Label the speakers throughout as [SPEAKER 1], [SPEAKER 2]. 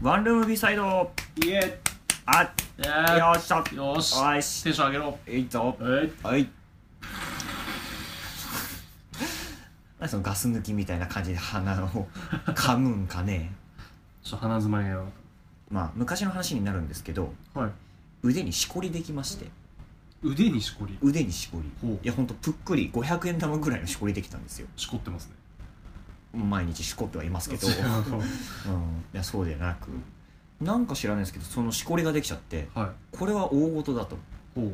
[SPEAKER 1] ワンルームビサイド
[SPEAKER 2] いえ
[SPEAKER 1] あ
[SPEAKER 2] い
[SPEAKER 1] っ
[SPEAKER 2] や
[SPEAKER 1] よっしゃ
[SPEAKER 2] ーよし
[SPEAKER 1] おいし
[SPEAKER 2] テンション上げろ
[SPEAKER 1] いいぞ
[SPEAKER 2] はい
[SPEAKER 1] はい何そのガス抜きみたいな感じで鼻を噛むんかね
[SPEAKER 2] ちょっと鼻づまりがやばかっ
[SPEAKER 1] まあ昔の話になるんですけど
[SPEAKER 2] たはい
[SPEAKER 1] 腕にしこりできまして
[SPEAKER 2] 腕にしこり
[SPEAKER 1] 腕にしこり
[SPEAKER 2] ほう
[SPEAKER 1] いやほんとぷっくり500円玉ぐらいのしこりできたんですよ
[SPEAKER 2] しこってますね
[SPEAKER 1] 毎日しこってはいますけど、
[SPEAKER 2] そ
[SPEAKER 1] うん、
[SPEAKER 2] う
[SPEAKER 1] いやそうではなくなんか知らないですけどそのしこりができちゃって
[SPEAKER 2] はい
[SPEAKER 1] これは大事だと
[SPEAKER 2] ほう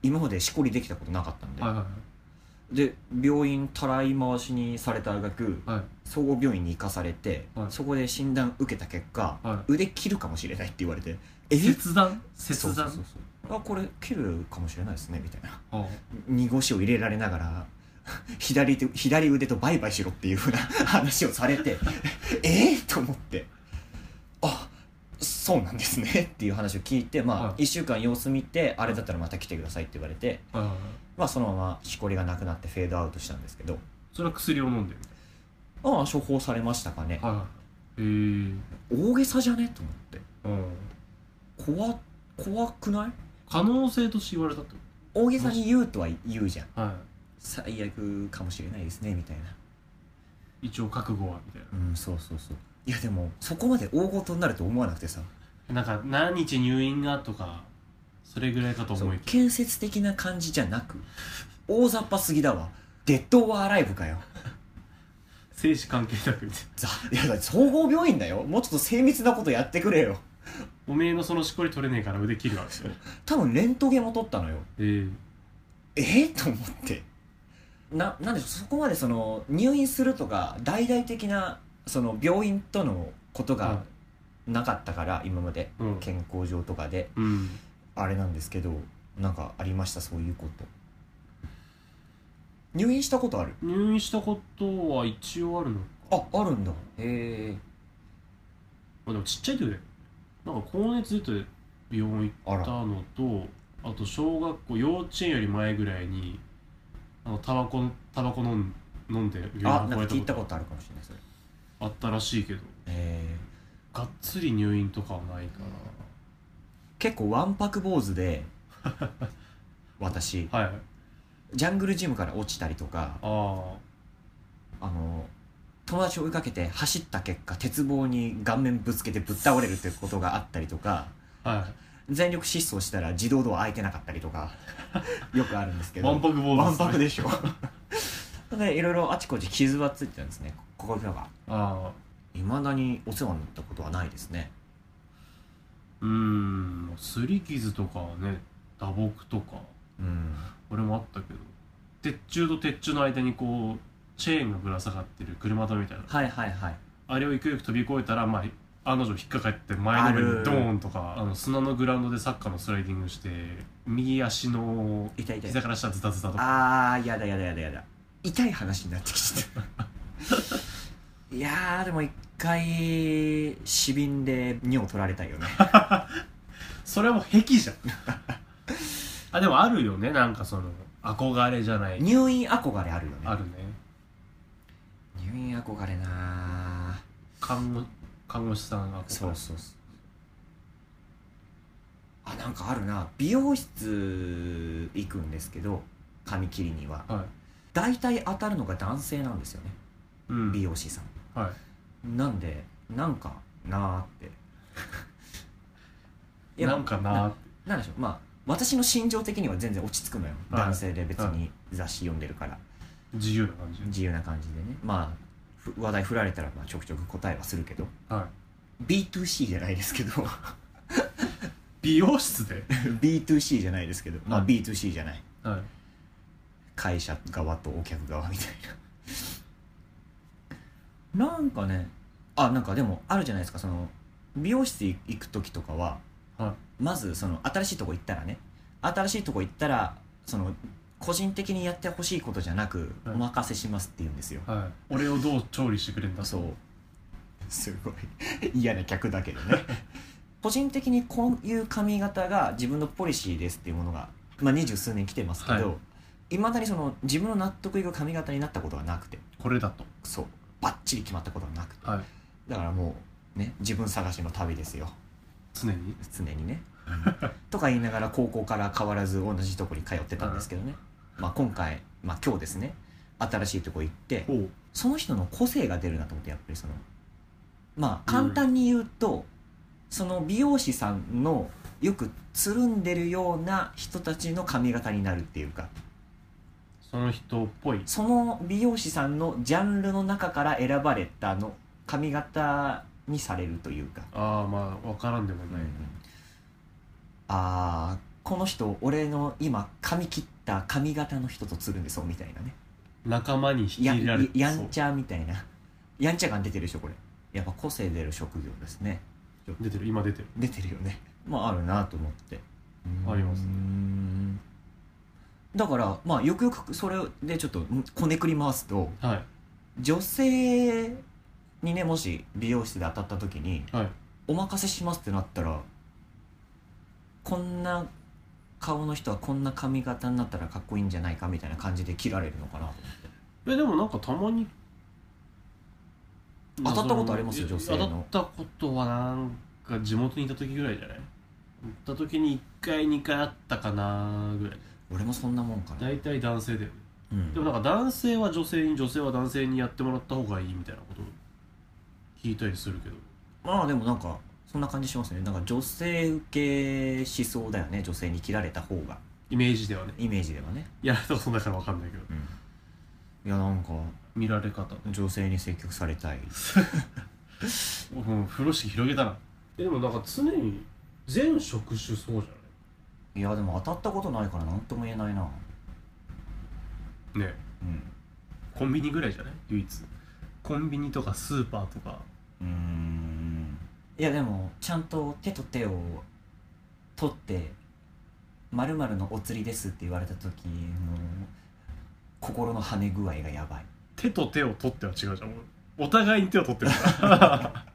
[SPEAKER 1] 今までしこりできたことなかったんで、
[SPEAKER 2] はいは
[SPEAKER 1] で病院たらい回しにされた挙句
[SPEAKER 2] いはい
[SPEAKER 1] 総合病院に行かされて、
[SPEAKER 2] はい
[SPEAKER 1] そこで診断受けた結果、
[SPEAKER 2] は
[SPEAKER 1] 腕切るかもしれないって言われて「え
[SPEAKER 2] 切断
[SPEAKER 1] そう
[SPEAKER 2] 切
[SPEAKER 1] そう
[SPEAKER 2] 断
[SPEAKER 1] そうそうあこれ切るかもしれないですね」みたいな
[SPEAKER 2] あ
[SPEAKER 1] 濁しを入れられながら 左手左腕とバイバイしろっていうふうな 話をされて えー、と思ってあそうなんですねっていう話を聞いて、まあ
[SPEAKER 2] はい
[SPEAKER 1] 1週間様子見てあれだったらまた来てくださいって言われて、
[SPEAKER 2] あはいはいはい
[SPEAKER 1] まあ、そのまましこりがなくなってフェードアウトしたんですけど
[SPEAKER 2] それは薬を飲んでる
[SPEAKER 1] ああ処方されましたかね
[SPEAKER 2] はいはいへえうん
[SPEAKER 1] 大げさじゃねと思って怖怖くない
[SPEAKER 2] 可能性として言われたってこ
[SPEAKER 1] 大げさに言うとは言うじゃん
[SPEAKER 2] とは
[SPEAKER 1] 最悪かもしれないですねみたいな
[SPEAKER 2] い一応覚悟はみたい
[SPEAKER 1] うんそうそうそういやでもそこまで大事になると思わなくてさ
[SPEAKER 2] ななんか何日入院がとかそれぐらいかと
[SPEAKER 1] そ
[SPEAKER 2] 思
[SPEAKER 1] う
[SPEAKER 2] いきや
[SPEAKER 1] 建設的な感じじゃなく大雑把すぎだわデッド・オア・ライブかよ
[SPEAKER 2] 生死関係なくみたいな
[SPEAKER 1] ざいやだって総合病院だよもうちょっと精密なことやってくれよ
[SPEAKER 2] おめえのそのしこり取れねえから腕切るわけよ
[SPEAKER 1] 多分レントゲンも取ったのよ
[SPEAKER 2] え
[SPEAKER 1] えっと思ってななんでしょうそこまでその入院するとか大々的なその病院とのことがなかったから、今まで
[SPEAKER 2] えうん
[SPEAKER 1] 健康上とかで
[SPEAKER 2] うん
[SPEAKER 1] あれなんですけどなんかありましたそういうこと入院したことある
[SPEAKER 2] 入院したことは一応あるの
[SPEAKER 1] ああるんだへえ
[SPEAKER 2] まあでもちっちゃい時だよなんか高熱出て病院
[SPEAKER 1] あ
[SPEAKER 2] 行った
[SPEAKER 1] ら
[SPEAKER 2] のとあと小学校幼稚園より前ぐらいにあのタバコタバコ飲ん飲んで
[SPEAKER 1] あな
[SPEAKER 2] 病
[SPEAKER 1] ん
[SPEAKER 2] 院
[SPEAKER 1] か
[SPEAKER 2] 運ば
[SPEAKER 1] 聞い
[SPEAKER 2] れた
[SPEAKER 1] た
[SPEAKER 2] こ
[SPEAKER 1] ことあるかもしれないそれ
[SPEAKER 2] とあったらしいけど
[SPEAKER 1] ええ
[SPEAKER 2] がっつり入院とかはないか
[SPEAKER 1] 結構わんぱく坊主 で私
[SPEAKER 2] らはい
[SPEAKER 1] ジャングルジムから落ちたりとか
[SPEAKER 2] あ
[SPEAKER 1] あの友達を追いかけて走った結果鉄棒に顔面ぶつけてぶっ倒れるってことがあったりとか
[SPEAKER 2] あは
[SPEAKER 1] 全力疾走したら自動ドア開いてなかったりとか よくあるんですけ
[SPEAKER 2] い
[SPEAKER 1] ど
[SPEAKER 2] わんぱく坊主
[SPEAKER 1] わ
[SPEAKER 2] で
[SPEAKER 1] ん
[SPEAKER 2] すね
[SPEAKER 1] ぱくでしょ でいろいろあちこち傷はついてたんですねここが
[SPEAKER 2] ああ
[SPEAKER 1] いまだにお世話になったことはないですね
[SPEAKER 2] うーんすり傷とかはね打撲とか
[SPEAKER 1] うん
[SPEAKER 2] 俺もあったけど鉄柱と鉄柱の間にこうチェーンがぶら下がってる車止めみたいな
[SPEAKER 1] はいはいはい
[SPEAKER 2] あれをいくよく飛び越えたら、まあ、案の定引っかかって前のめりにドーンとかあの砂のグラウンドでサッカーのスライディングして右足の
[SPEAKER 1] 痛い痛い
[SPEAKER 2] 膝から下ズタズタとか
[SPEAKER 1] あーやだやだやだやだ痛い話になってきちゃった いやーでも一回死瓶で尿取られたよね
[SPEAKER 2] それはもう癖じゃん あでもあるよねなんかその憧れじゃない
[SPEAKER 1] 入院憧れあるよね
[SPEAKER 2] あるね
[SPEAKER 1] 入院憧れな
[SPEAKER 2] 看護看護師さんが
[SPEAKER 1] ーそうそうそうあなんかあるな美容室行くんですけど髪切りには
[SPEAKER 2] はい
[SPEAKER 1] 大体当たるのが男性なんですよね
[SPEAKER 2] うん
[SPEAKER 1] 美容師さん
[SPEAKER 2] はい
[SPEAKER 1] なんでなんかなーって いや
[SPEAKER 2] なんかなーって
[SPEAKER 1] なんでしょうまあ私の心情的には全然落ち着くのよ、
[SPEAKER 2] はい
[SPEAKER 1] 男性で別
[SPEAKER 2] は
[SPEAKER 1] に雑誌読んでるから、
[SPEAKER 2] 自由な感じ
[SPEAKER 1] 自由な感じでねまあふ話題振られたらまあちょくちょく答えはするけど
[SPEAKER 2] はい
[SPEAKER 1] B2C じゃないですけ ど
[SPEAKER 2] 美容室 で
[SPEAKER 1] B2C じゃないですけどまあ
[SPEAKER 2] はい
[SPEAKER 1] B2C じゃない
[SPEAKER 2] はい
[SPEAKER 1] 会社側とお客側みたい ななんかねあなんかでもあるじゃないですかその美容室行く時とかは
[SPEAKER 2] は
[SPEAKER 1] まずその新しいとこ行ったらね新しいとこ行ったらその個人的にやってほしいことじゃなく、
[SPEAKER 2] はい
[SPEAKER 1] お任せしますって言うんですよ
[SPEAKER 2] いはい俺をどう調理してくれんだ
[SPEAKER 1] そうすごい 嫌な客だけどね 個人的にこういう髪型が自分のポリシーですっていうものがまあ二十数年来てますけど、、
[SPEAKER 2] はい
[SPEAKER 1] まだにその自分の納得いく髪型になったことがなくて
[SPEAKER 2] これだと
[SPEAKER 1] そうバッチリ決まったことがなくて
[SPEAKER 2] はい
[SPEAKER 1] だからもうね、自分探しの旅ですよ
[SPEAKER 2] 常に
[SPEAKER 1] 常に ね。とか言いながら高校から変わらず同じとこに通ってたんですけどね、まあ、今回、まあ、今日ですね新しいとこ行って
[SPEAKER 2] ほう
[SPEAKER 1] その人の個性が出るなと思ってやっぱりそのまあ簡単に言うと、その美容師さんのよくつるんでるような人たちの髪型になるっていうか
[SPEAKER 2] その人っぽい
[SPEAKER 1] その美容師さんのジャンルの中から選ばれたの髪型にされるというか
[SPEAKER 2] ああまあ分からんでもない、
[SPEAKER 1] ああこの人俺の今髪切った髪型の人とつるんでそうみたいなね
[SPEAKER 2] 仲間に引き
[SPEAKER 1] や
[SPEAKER 2] 入れられて
[SPEAKER 1] や
[SPEAKER 2] そ
[SPEAKER 1] ん
[SPEAKER 2] う
[SPEAKER 1] ちゃみたいなやんちゃ感出てるでしょこれやっぱ個性出る職業ですね
[SPEAKER 2] 出てる今出てる
[SPEAKER 1] 出てるよねまああるなと思って
[SPEAKER 2] ありますね
[SPEAKER 1] ねだからまあよくよくそれでちょっとんこねくり回すと
[SPEAKER 2] はい
[SPEAKER 1] 女性にねもし美容室で当たった時に
[SPEAKER 2] はい
[SPEAKER 1] お任せしますってなったらこんな顔の人はこんな髪型になったらかっこいいんじゃないかみたいな感じで切られるのかな
[SPEAKER 2] えでもなんかたまに
[SPEAKER 1] 当たったことあります
[SPEAKER 2] そ
[SPEAKER 1] 女性の
[SPEAKER 2] 当たったことはなんか地元にいた時ぐらいじゃない行った時に1回2回あったかなぐらい
[SPEAKER 1] 俺もそんなもんかな、
[SPEAKER 2] 大体男性だよね
[SPEAKER 1] うん
[SPEAKER 2] でもなんか男性は女性に女性は男性にやってもらった方がいいみたいなこと聞いたりするけど
[SPEAKER 1] まあでもなんかそんな感じしますねなんか女性受けしそうだよね女性に切られた方が
[SPEAKER 2] イメージではね
[SPEAKER 1] イメージではね、
[SPEAKER 2] やられたことないから分かんないけど
[SPEAKER 1] いやなんか
[SPEAKER 2] 見られ方
[SPEAKER 1] 女性に積極されたい
[SPEAKER 2] うん風呂敷広げたなえでもなんか常に全職種そうじ
[SPEAKER 1] いやでも当たったことないから何とも言えないな
[SPEAKER 2] ゃないね
[SPEAKER 1] うん
[SPEAKER 2] コンビニぐらいじゃない唯一コンビニとかスーパーとか
[SPEAKER 1] うーんいやでもちゃんと手と手を取って「まるのお釣りです」って言われた時の心の跳ね具合がやばい
[SPEAKER 2] 手と手を取っては違うじゃんお互いに手を取ってるから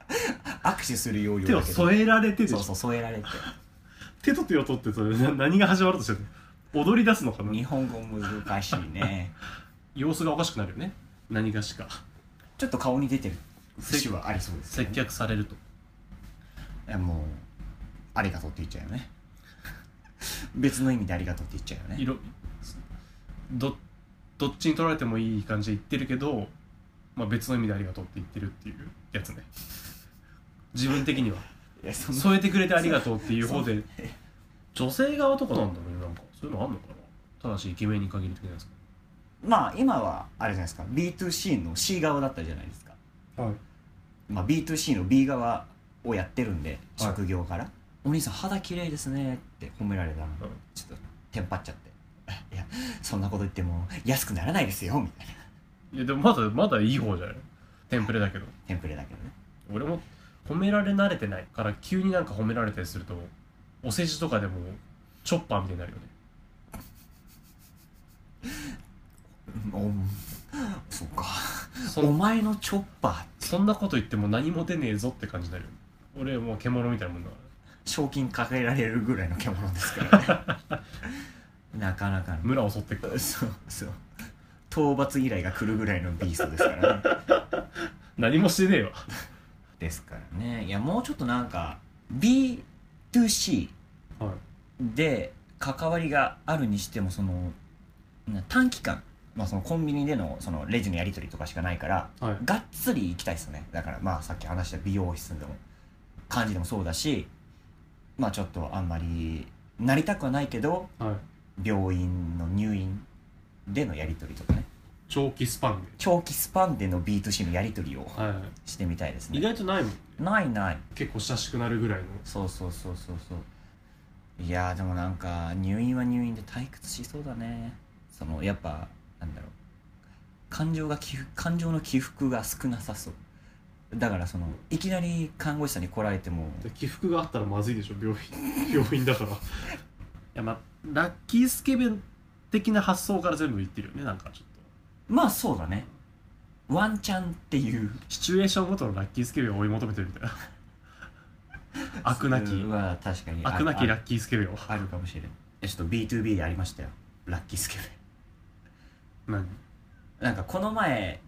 [SPEAKER 1] 握手する要領
[SPEAKER 2] 手を
[SPEAKER 1] だけど
[SPEAKER 2] 添えられてでし
[SPEAKER 1] そ
[SPEAKER 2] ょ
[SPEAKER 1] うそう添えられて
[SPEAKER 2] 手と手を取ってそれな何が始まるとしてるの踊り出すのかな
[SPEAKER 1] 日本語難しいね
[SPEAKER 2] 様子がおかしくなるよね何がしか
[SPEAKER 1] ちょっと顔に出てる節はありそうですよ
[SPEAKER 2] 接
[SPEAKER 1] ね
[SPEAKER 2] 客されると
[SPEAKER 1] いやもう「ありがとう」って言っちゃうよね 別の意味で「ありがとう」って言っちゃうよね
[SPEAKER 2] 色どどっちに取られてもいい感じで言ってるけど、まあ、別の意味でありがとうって言ってるっていうや つね自分的にはい
[SPEAKER 1] やそんな
[SPEAKER 2] 添えてくれてありがとうっていう方で女性側とかなんだろうねなんかそういうのあんのかなただしイケメンに限るってことじゃないです
[SPEAKER 1] まあ今はあれじゃないですか B2C の C 側だったじゃないですか
[SPEAKER 2] かはい
[SPEAKER 1] まあ、B2C の B 側をやってるんで
[SPEAKER 2] はい
[SPEAKER 1] 職業から、お兄さん肌綺麗ですね」って褒められたの、
[SPEAKER 2] ん
[SPEAKER 1] ちょっとテンパっちゃって 「いやそんなこと言っても安くならないですよ」みたいない
[SPEAKER 2] やでもまだまだいい方じゃないテンプレだけど
[SPEAKER 1] テンプレだけどね
[SPEAKER 2] 俺も褒められ慣れてないから急になんか褒められたりするとお世辞とかでもチョッパーみたいになる よね
[SPEAKER 1] おそうか
[SPEAKER 2] そ
[SPEAKER 1] お
[SPEAKER 2] ん
[SPEAKER 1] 前のチョッパー
[SPEAKER 2] そんなこと言っても何も出ねえぞって感じになるよね俺もう獣みたいなもんだから
[SPEAKER 1] 賞金かけられるぐらいの獣ですからねなかなかの
[SPEAKER 2] 村襲ってく
[SPEAKER 1] そうそう討伐依頼が来るぐらいのビーストですからね
[SPEAKER 2] 何もしてねえわ
[SPEAKER 1] ですからねいやもうちょっとなんか B2C
[SPEAKER 2] はい
[SPEAKER 1] で関わりがあるにしてもそのな短期間、まあ、そのコンビニでのそのレジのやり取りとかしかないから
[SPEAKER 2] はい
[SPEAKER 1] がっつり行きたいですねだからまあさっき話した美容室でも感じでもそうだしまあちょっとあんまりなりたくはないけど
[SPEAKER 2] はい
[SPEAKER 1] 病院の入院でのやり取りとかね
[SPEAKER 2] 長期スパンで
[SPEAKER 1] 長期スパンでの B2C のやり取りを
[SPEAKER 2] はいは
[SPEAKER 1] してみたいです
[SPEAKER 2] い意
[SPEAKER 1] ね
[SPEAKER 2] 外とないもん
[SPEAKER 1] ないない
[SPEAKER 2] 結構親しくなるぐらいの
[SPEAKER 1] そうそうそうそうそういやーでもなんか入院は入院で退屈しそうだねそのやっぱなんだろう感情が起伏感情の起伏が少なさそうだからそのいきなり看護師さんに来られても
[SPEAKER 2] で起伏があったらまずいでしょ病院 病院だからいやまあラッキースケベン的な発想から全部言ってるよねなんかちょっと
[SPEAKER 1] まあそうだねワンチャンっていう
[SPEAKER 2] シチュエーションごとのラッキースケベンを追い求めてるみたい な悪なき
[SPEAKER 1] は確かに
[SPEAKER 2] 悪なきラ
[SPEAKER 1] あ
[SPEAKER 2] ッキースケベンを
[SPEAKER 1] あるかもしれんいやちょっと B2B でありましたよラッキー スケベ
[SPEAKER 2] 何
[SPEAKER 1] なんかこの前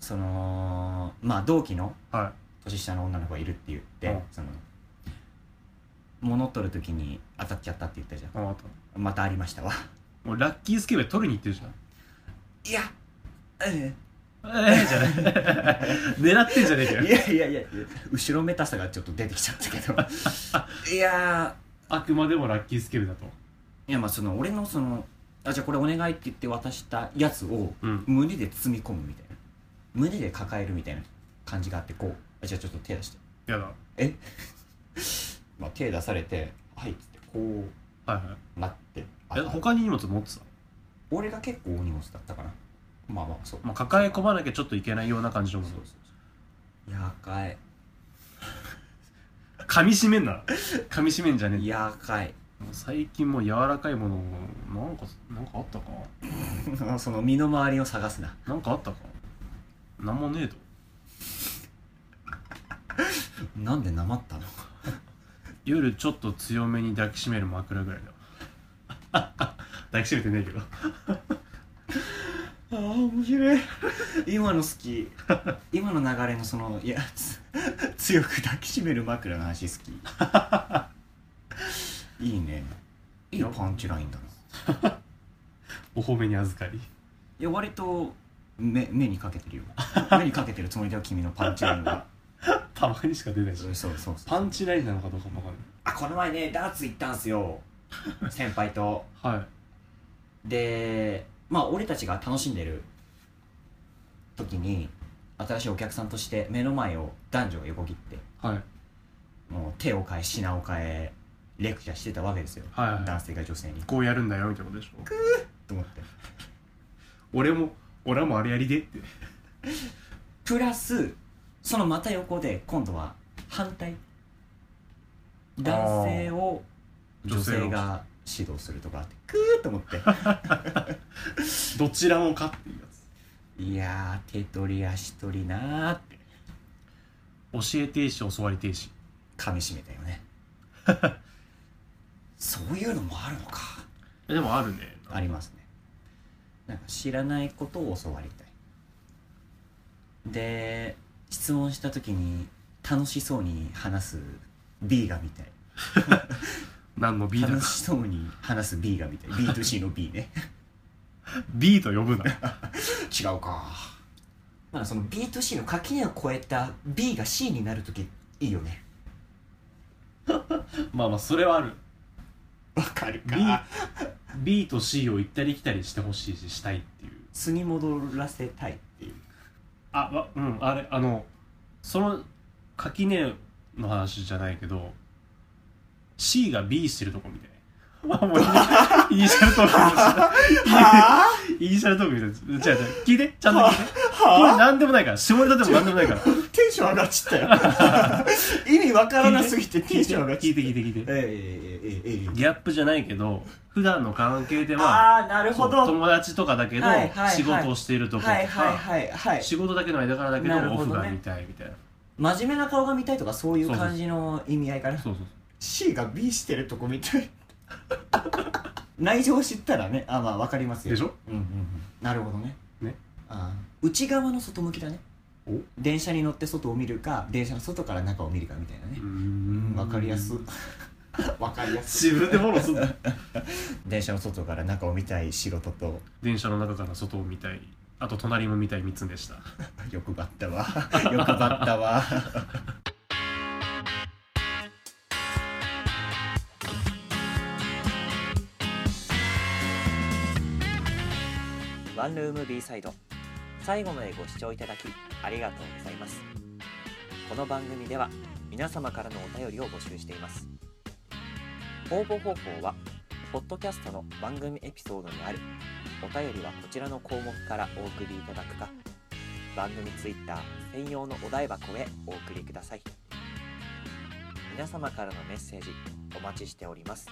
[SPEAKER 1] そのまあ同期の
[SPEAKER 2] は
[SPEAKER 1] 年下の女の子がいるって言って、
[SPEAKER 2] うん
[SPEAKER 1] その物取る時に当たっちゃったって言ったじゃ
[SPEAKER 2] あまた
[SPEAKER 1] んまたありましたわ
[SPEAKER 2] もうラッキースケベ取りに行ってるじゃん
[SPEAKER 1] いやえ
[SPEAKER 2] ええじゃない 狙ってんじゃねえか
[SPEAKER 1] えい
[SPEAKER 2] よ
[SPEAKER 1] やいやいや後ろめたさがちょっと出てきちゃったけど いや
[SPEAKER 2] あくまでもラッキースケベだと
[SPEAKER 1] ーいやまあその俺のそのあじゃあこれお願いって言って渡したやつを
[SPEAKER 2] うん
[SPEAKER 1] 胸で包み込むみたいな胸で抱えるみたいな感じがあってこうあじゃあちょっと手出して、
[SPEAKER 2] やだは
[SPEAKER 1] まあ、手出されて「はい」っつってこう
[SPEAKER 2] いはい
[SPEAKER 1] なって
[SPEAKER 2] え
[SPEAKER 1] あ
[SPEAKER 2] 他に荷物持ってた、
[SPEAKER 1] 俺が結構大荷物だったかなまあまあそう
[SPEAKER 2] まあ、抱え込まなきゃちょっといけないような感じのもの
[SPEAKER 1] やかい
[SPEAKER 2] 噛み締めんな噛み締めんじゃねえ
[SPEAKER 1] やかい
[SPEAKER 2] もう最近もう柔らかいものをなんかなんかあったか
[SPEAKER 1] その身の回りを探すな
[SPEAKER 2] ななんかあったかなんもねえと
[SPEAKER 1] なんでなまったの
[SPEAKER 2] 夜ちょっと強めに抱きしめる枕ぐらいだ 抱きしめてねえけど
[SPEAKER 1] ああ面白い 今の好き今の流れのそのいやつ 強く抱きしめる枕の話 好きいいねいいパンチラインだない
[SPEAKER 2] お褒めに預かり
[SPEAKER 1] や割と目目にかけ てるよ目にかけてるつもりだよ君のパンチラインが
[SPEAKER 2] たまにしか出ないし
[SPEAKER 1] そうそうそう
[SPEAKER 2] パンチラインなのかどうかもわかん
[SPEAKER 1] あこの前ねダーツ行ったんす よ先輩と
[SPEAKER 2] ないはい
[SPEAKER 1] でまあ俺たちが楽しんでる時に新しいお客さんとして目の前を男女が横切って
[SPEAKER 2] はいはい
[SPEAKER 1] もう手を変え品を変えレクチャーしてたわけですよ
[SPEAKER 2] はい
[SPEAKER 1] 男性が女性に
[SPEAKER 2] こうやるんだよみたいなことでしょ
[SPEAKER 1] と思って
[SPEAKER 2] 俺も俺もあれやりでって
[SPEAKER 1] プラスそのまた横で今度は反対男性を
[SPEAKER 2] 女
[SPEAKER 1] 女
[SPEAKER 2] 性を
[SPEAKER 1] 性が指導するとかあってクーッと思って
[SPEAKER 2] どちらもかっていうやつ
[SPEAKER 1] いやー手取り足取りなーって
[SPEAKER 2] 教えていし教わりていし
[SPEAKER 1] 噛み締めたよね そういうのもあるのか
[SPEAKER 2] えでもあるね
[SPEAKER 1] ありますねなんか知らないことを教わりたいで質問した時に楽しそうに話す B がみたい
[SPEAKER 2] 何の B だか
[SPEAKER 1] 楽しそうに話す B がみ たい B2C の B ね
[SPEAKER 2] B と呼ぶな
[SPEAKER 1] 違うかまあその B2C の垣根を超えた B が C になる時いいよね
[SPEAKER 2] まあまあそれはある
[SPEAKER 1] わかる
[SPEAKER 2] B, B と C を行ったり来たりしてほしいししたいっていう
[SPEAKER 1] 素に戻らせたいっていう
[SPEAKER 2] あわうんあれあのその垣根の話じゃないけど C が B してるとこ みたいまあもうイニシャルトーク
[SPEAKER 1] は
[SPEAKER 2] イニシャルトークみたいな違う違う聞いてちゃんと聞いてこれ何でもないから下ネタでも何でもないから
[SPEAKER 1] テンション上がっち ゃったよ意味わからなすぎてテンション上がっち
[SPEAKER 2] 聞
[SPEAKER 1] ゃ
[SPEAKER 2] い
[SPEAKER 1] って
[SPEAKER 2] 聞いて聞い
[SPEAKER 1] た
[SPEAKER 2] て
[SPEAKER 1] ええええええええ
[SPEAKER 2] ギャップじゃないけど普段の関係では
[SPEAKER 1] ああーなるほど
[SPEAKER 2] 友達とかだけど
[SPEAKER 1] はいはいはい
[SPEAKER 2] 仕事をしているとことか、
[SPEAKER 1] はいはいはいはい
[SPEAKER 2] 仕事だけの間からだけ
[SPEAKER 1] なる
[SPEAKER 2] どオ
[SPEAKER 1] ほど
[SPEAKER 2] フ
[SPEAKER 1] ね
[SPEAKER 2] が見たいみたいな、
[SPEAKER 1] 真面目な顔が見たいとかそういう
[SPEAKER 2] そうそう
[SPEAKER 1] 感じの意味合いかな
[SPEAKER 2] そうそう
[SPEAKER 1] C が B してるとこ見 たい内情を知ったらねあまあわかります
[SPEAKER 2] そう
[SPEAKER 1] よ
[SPEAKER 2] でしょ
[SPEAKER 1] うんうんうんなるほどね
[SPEAKER 2] ね
[SPEAKER 1] あー内側の外向きだね
[SPEAKER 2] お
[SPEAKER 1] 電車に乗って外を見るか電車の外から中を見るかみたいなね
[SPEAKER 2] ん
[SPEAKER 1] わかりやす わかりやす
[SPEAKER 2] 自分でフォローすんな
[SPEAKER 1] 電車の外から中を見たい仕事と
[SPEAKER 2] 電車の中から外を見たいあと隣も見たい3つでした
[SPEAKER 1] 欲張ったわ欲張ったわ ワンルーム B サイド最後までご視聴いただきありがとうございますこの番組では皆様からのお便りを募集しています応募方法はポッドキャストの番組エピソードにあるお便りはこちらの項目からお送りいただくか番組ツイッター専用のお台箱へお送りください皆様からのメッセージお待ちしております